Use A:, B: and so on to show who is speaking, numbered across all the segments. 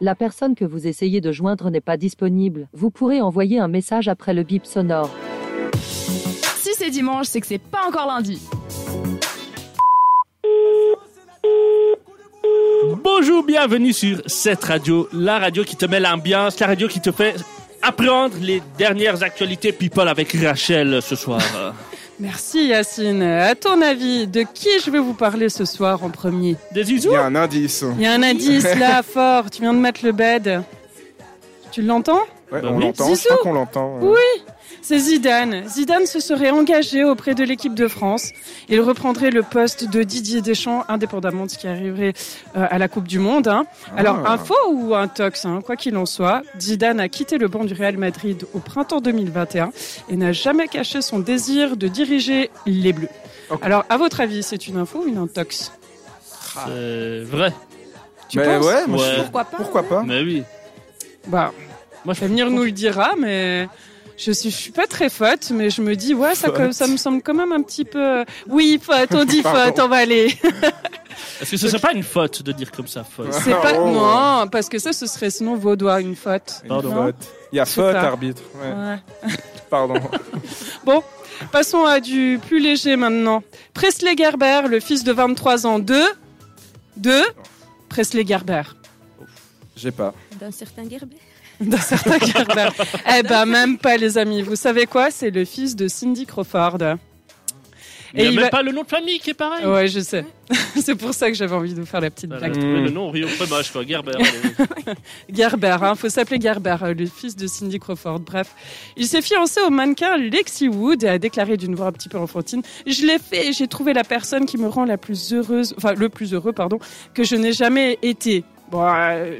A: La personne que vous essayez de joindre n'est pas disponible. Vous pourrez envoyer un message après le bip sonore.
B: Si c'est dimanche, c'est que c'est pas encore lundi.
C: Bonjour, bienvenue sur cette radio, la radio qui te met l'ambiance, la radio qui te fait apprendre les dernières actualités people avec Rachel ce soir. Euh,
D: Merci Yacine. À ton avis, de qui je vais vous parler ce soir en premier
C: Des
E: Il
C: zizous
E: y a un indice.
D: Il y a un indice là fort, tu viens de mettre le bed. Tu l'entends
E: Ouais,
C: Bah
E: on
C: oui.
E: l'entend, je crois
D: Zizou.
E: qu'on l'entend.
D: Oui. C'est Zidane. Zidane se serait engagé auprès de l'équipe de France. Il reprendrait le poste de Didier Deschamps, indépendamment de ce qui arriverait euh, à la Coupe du Monde. hein. Alors,
E: Ah.
D: info ou un tox, hein, quoi qu'il en soit, Zidane a quitté le banc du Real Madrid au printemps 2021 et n'a jamais caché son désir de diriger les Bleus.
E: Ok.
D: Alors, à votre avis, c'est une info ou une intox Ah.
C: Euh, vrai.
D: Tu
E: Mais
D: penses
E: ouais, moi, je-
C: Ouais.
B: Pourquoi pas hein
E: pourquoi
D: Ah.
E: pas
C: Mais oui.
D: Bah,
C: Moi, je
D: l'avenir nous le dira, mais je suis, je suis pas très faute, mais je me dis, ouais, ça,
E: Faute.
D: ça me semble quand même un petit peu. euh, Oui, faute, on dit
E: Pardon.
D: faute, on va aller.
C: Est-ce que ce serait pas une faute de dire comme ça, faute
D: C'est pas
E: Oh.
D: non, parce que ça, ce serait sinon vaudois une faute.
E: Une
C: Pardon.
E: faute. Il y a
D: C'est
E: faute,
D: ça.
E: arbitre. Ouais,
D: Ouais.
E: Pardon.
D: Bon, passons à du plus léger maintenant. Presley Gerber, le fils de 23 ans de. de. Presley Gerber.
E: J'ai pas.
B: D'un certain Gerber.
D: D'un certain Gerber. eh ben, même pas, les amis. Vous savez quoi C'est le fils de Cindy Crawford.
C: Il n'y
D: Et
C: a
D: il
C: même
D: va-
C: pas le nom de famille qui est pareil.
D: Ouais, je sais. C'est pour ça que j'avais envie de vous faire la petite
C: Voilà,
D: blague.
C: trouver
E: Mm.
C: Le nom Rio Fromage, quoi. Gerber. allez.
D: Gerber, hein, faut s'appeler Gerber, euh, le fils de Cindy Crawford. Bref, il s'est fiancé au mannequin Lexi Wood et a déclaré d'une voix un petit peu enfantine "Je l'ai fait, et j'ai trouvé la personne qui me rend la plus heureuse, enfin le plus heureux, pardon, que je n'ai jamais été." Bon, euh,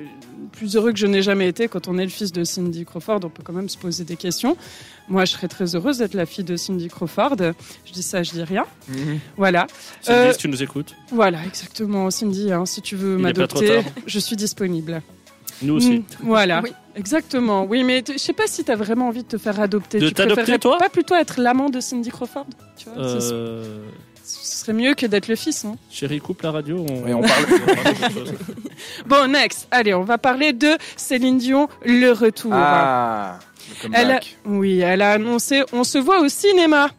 D: plus heureux que je n'ai jamais été quand on est le fils de Cindy Crawford, on peut quand même se poser des questions. Moi, je serais très heureuse d'être la fille de Cindy Crawford. Je dis ça, je dis rien.
E: Mhm.
D: Voilà.
C: Cindy,
D: Euh,
C: si tu nous écoutes,
D: Voilà, exactement. Cindy, hein, si tu veux
C: Il est pas trop
D: m'adopter,
C: tard.
D: je suis disponible.
C: nous aussi.
D: Mm, voilà,
B: Oui.
D: exactement. Oui, mais t- je sais pas si t'as vraiment envie de te faire adopter.
C: De
D: tu
C: t'adopter,
D: préférerais
C: toi
D: Pas plutôt être l'amant de Cindy Crawford, tu vois. Ce-
C: Euh,
D: Ce serait mieux que d'être le fils, hein. non
C: chérie, coupe la radio. On...
E: Et on parle.
D: Bon, next. Allez, on va parler de Céline Dion, le retour.
E: Ah. Comme
D: Elle a-
E: Mac.
D: Oui, elle a annoncé on se voit au cinéma.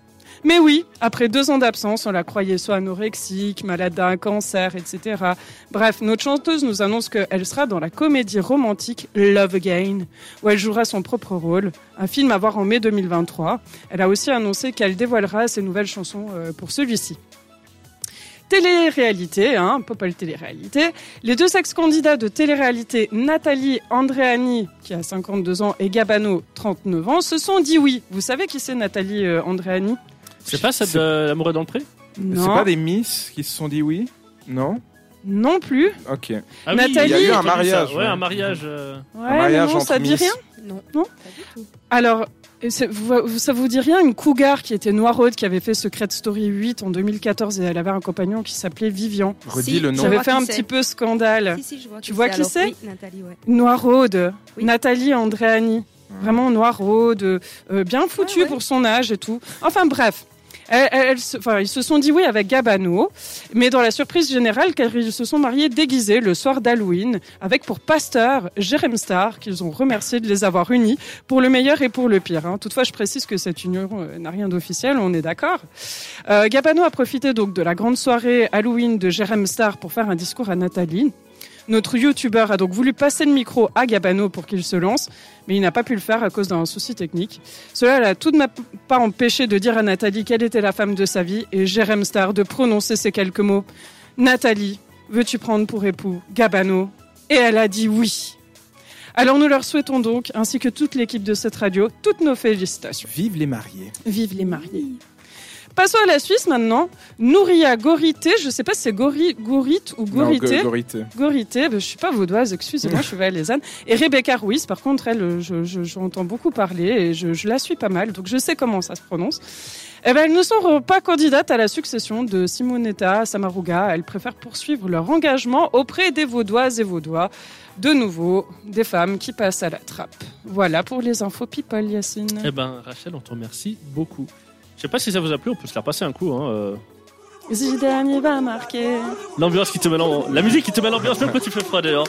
D: Mais oui, après deux ans d'absence, on la croyait soit anorexique, malade d'un cancer, etc. Bref, notre chanteuse nous annonce qu'elle sera dans la comédie romantique Love Again, où elle jouera son propre rôle, un film à voir en mai 2023. Elle a aussi annoncé qu'elle dévoilera ses nouvelles chansons euh, pour celui-ci. Télé-réalité, hein, Popol Télé-réalité. Les deux ex-candidats de télé-réalité, Nathalie Andréani, qui a 52 ans, et Gabano, 39 ans, se sont dit oui. Vous savez qui c'est Nathalie euh, Andréani
C: C'est pas celle de l'amoureux dans le pré
E: C'est
D: Non,
E: pas des Miss qui se sont dit oui Non
D: non plus.
E: Ok.
C: Ah
D: Nathalie. Il y a eu
E: un
C: j'ai entendu ça.
E: mariage,
C: Ouais,
E: ouais.
C: un mariage. euh,
D: Ouais,
E: mariage
D: non, ça
E: entre
D: dit
E: Miss.
D: rien.
B: Non.
D: Non
B: Pas du tout.
D: Alors, et c'est- vous- ça vous dit rien Une cougar qui était noiraude, qui avait fait Secret Story 8 en 2014 et elle avait un compagnon qui s'appelait Vivian.
E: Redis
B: Si,
E: le
D: Ça
E: nom.
B: je
D: avait
B: vois
D: fait
B: qui
D: un
B: c'est.
D: petit peu scandale.
B: Si, si, je vois.
D: Euh, Tu vois qui
B: Alors,
D: c'est
B: Oui, Nathalie, ouais.
D: Noiraude,
B: Oui.
D: Nathalie Andréani. Vraiment noiraude, euh, bien foutue
B: Ouais, ouais.
D: pour son âge et tout. Enfin bref, Elles- elles- elles se- enfin, ils se sont dit oui avec Gabano, mais dans la surprise générale, car ils se sont mariés déguisés le soir d'Halloween, avec pour pasteur Jérém Star, qu'ils ont remercié de les avoir unis, pour le meilleur et pour le pire. hein. Toutefois, je précise que cette union euh, n'a rien d'officiel, on est d'accord. Euh, Gabano a profité donc de la grande soirée Halloween de Jérém Star pour faire un discours à Nathalie. Notre youtubeur a donc voulu passer le micro à Gabano pour qu'il se lance, mais il n'a pas pu le faire à cause d'un souci technique. Cela l'a tout de même pas empêché de dire à Nathalie quelle était la femme de sa vie et Jérém Star de prononcer ces quelques mots. Nathalie, veux-tu prendre pour époux Gabano Et elle a dit oui. Alors nous leur souhaitons donc, ainsi que toute l'équipe de cette radio, toutes nos félicitations.
E: Vive les mariés.
D: Vive les mariés. Passons à la Suisse maintenant. Nouria Gorité, je ne sais pas si c'est Gori, Gorite ou
E: Non,
D: Gorité.
E: go- Gorité.
D: Gorité, ben, je suis pas vaudoise, excusez-moi, je suis valaisanne. Et Rebecca Ruiz, par contre, elle, euh, je, je- j'entends beaucoup parler et je, je la suis pas mal, donc je sais comment ça se prononce. Eh ben, elles ne sont pas candidates à la succession de Simonetta Samaruga. Elles préfèrent poursuivre leur engagement auprès des vaudoises et vaudois. De nouveau, des femmes qui passent à la trappe. Voilà pour les infos people, Yacine.
C: Eh ben, Rachel, on te remercie beaucoup. Je sais pas si ça vous a plu, on peut se la passer un coup. Hein. euh.
D: Zidane, il va marquer.
C: L'ambiance qui te met l'ambiance, la musique qui te met l'ambiance, même quand tu fais froid dehors.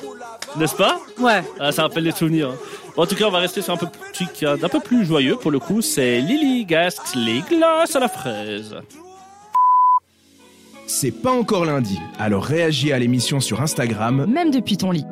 C: N'est-ce pas
D: Ouais.
C: Ah, ça rappelle les souvenirs. hein. Bon, en tout cas, on va rester sur un peu plus, truc, euh, d'un peu plus joyeux pour le coup. C'est Lily Gast, les glaces à la fraise.
E: C'est pas encore lundi, alors réagis à l'émission sur Instagram
B: Même depuis ton lit.